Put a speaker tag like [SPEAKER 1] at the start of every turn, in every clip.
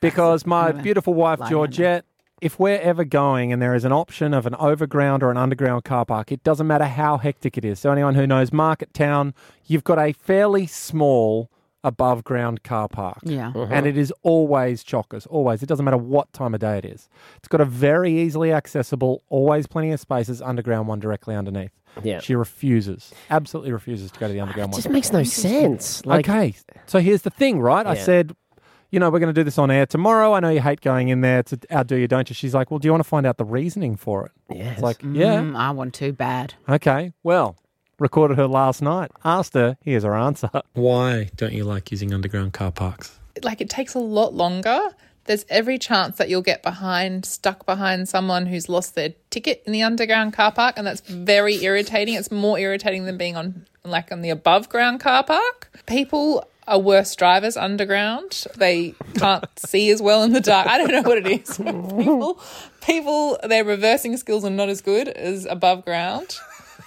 [SPEAKER 1] because my
[SPEAKER 2] No, no.
[SPEAKER 1] beautiful wife
[SPEAKER 2] Line, no, no.
[SPEAKER 1] Georgette, if we're ever going and there is an option of an overground or an underground car park, it doesn't matter how hectic it is. So anyone who knows Market Town, you've got a fairly small above ground car park.
[SPEAKER 2] Yeah.
[SPEAKER 1] And it is always chockers, always. It doesn't matter what time of day it is. It's got a very easily accessible, always plenty of spaces underground one directly underneath.
[SPEAKER 3] Yeah.
[SPEAKER 1] She refuses, absolutely refuses to go to the underground
[SPEAKER 3] It
[SPEAKER 1] one
[SPEAKER 3] just makes no sense. Like,
[SPEAKER 1] okay, so here's the thing, right? I
[SPEAKER 3] Yeah.
[SPEAKER 1] said, you know, we're going to do this on air tomorrow. I know you hate going in there to our do you don't you. She's like, well, do you want to find out the reasoning for it?
[SPEAKER 3] yes.
[SPEAKER 1] It's like, yeah,
[SPEAKER 2] Mm, I want too bad.
[SPEAKER 1] okay, well, recorded her last night. Asked her. Here's her answer. Why don't you like using underground car parks?
[SPEAKER 4] like it takes a lot longer. There's every chance that you'll get behind, stuck behind someone who's lost their ticket in the underground car park, and that's very irritating. It's more irritating than being on like on the above ground car park. People are worse drivers underground. They can't see as well in the dark. I don't know what it is. with People, people, their reversing skills are not as good as above ground.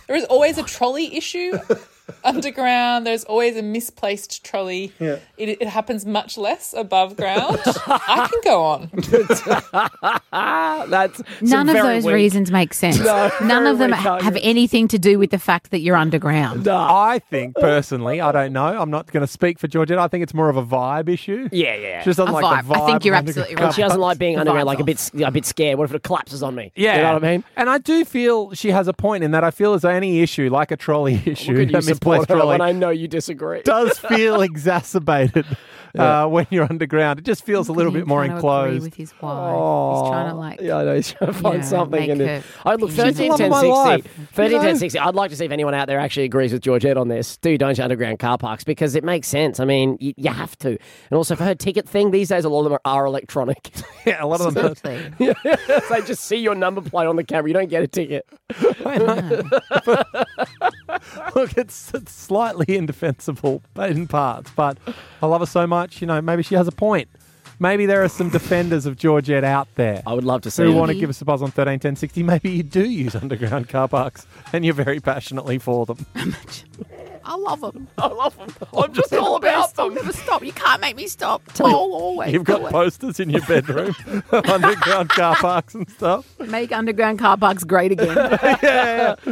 [SPEAKER 4] There is always a trolley issue underground. There's always a misplaced trolley. It, it happens much less above ground. I can go on.
[SPEAKER 3] ah, that's
[SPEAKER 2] None of those reasons make sense. None of them ha- have anything to do with the fact that you're underground.
[SPEAKER 1] I think personally, I don't know. I'm not going to speak for Georgette. I think it's more of a vibe issue.
[SPEAKER 3] Yeah, yeah.
[SPEAKER 1] She just doesn't
[SPEAKER 2] A
[SPEAKER 1] like the
[SPEAKER 2] vibe. I think
[SPEAKER 1] vibe
[SPEAKER 2] you're
[SPEAKER 1] of underground
[SPEAKER 2] absolutely
[SPEAKER 1] car
[SPEAKER 2] right.
[SPEAKER 3] she doesn't like being
[SPEAKER 2] The
[SPEAKER 3] underground.
[SPEAKER 2] vibe's
[SPEAKER 3] Like a
[SPEAKER 2] off.
[SPEAKER 3] bit, a bit scared. What if it collapses on me?
[SPEAKER 1] Yeah.
[SPEAKER 3] you know what I mean.
[SPEAKER 1] And I do feel she has a point in that I feel as though any issue, like a trolley issue,
[SPEAKER 3] Could you
[SPEAKER 1] that
[SPEAKER 3] support
[SPEAKER 1] misplaced
[SPEAKER 3] her
[SPEAKER 1] trolley,
[SPEAKER 3] when I know you disagree?
[SPEAKER 1] does feel exacerbated uh, when you're underground. It just feels a little bit more
[SPEAKER 2] Trying to agree
[SPEAKER 1] enclosed.
[SPEAKER 2] With his wife. He's trying to like.
[SPEAKER 3] Yeah, I know. He's trying to find
[SPEAKER 2] Yeah,
[SPEAKER 3] something.
[SPEAKER 2] make
[SPEAKER 3] And
[SPEAKER 2] her-
[SPEAKER 3] it, I look
[SPEAKER 2] She's the love
[SPEAKER 3] 13, 10,
[SPEAKER 1] of my
[SPEAKER 3] 60.
[SPEAKER 1] life,
[SPEAKER 3] 13,
[SPEAKER 1] you
[SPEAKER 3] 10,
[SPEAKER 1] know?
[SPEAKER 3] 60. I'd like to see if anyone out there actually agrees with Georgette on this. Do don't you underground car parks because it makes sense. I mean, you, you have to. And also for her ticket thing, these days a lot of them are, are electronic.
[SPEAKER 1] Yeah, a lot of them.
[SPEAKER 2] Absolutely.
[SPEAKER 3] they just see your number plate on the camera. You don't get a ticket.
[SPEAKER 1] Look, it's, it's slightly indefensible but in parts, but I love her so much. You know, maybe she has a point. Maybe there are some defenders of Georgette out there
[SPEAKER 3] I would love to see.
[SPEAKER 1] who
[SPEAKER 3] it.
[SPEAKER 1] want to
[SPEAKER 2] Maybe.
[SPEAKER 1] give us a buzz on thirteen ten sixty. Maybe you do use underground car parks and you're very passionately for them.
[SPEAKER 2] I love him.
[SPEAKER 3] I love them. I'm just all about
[SPEAKER 2] I'll
[SPEAKER 3] them.
[SPEAKER 2] never stop. You can't make me stop. I'll always.
[SPEAKER 1] You've got
[SPEAKER 2] do
[SPEAKER 1] posters in your bedroom of underground car parks and stuff.
[SPEAKER 2] it. Make underground car parks great again.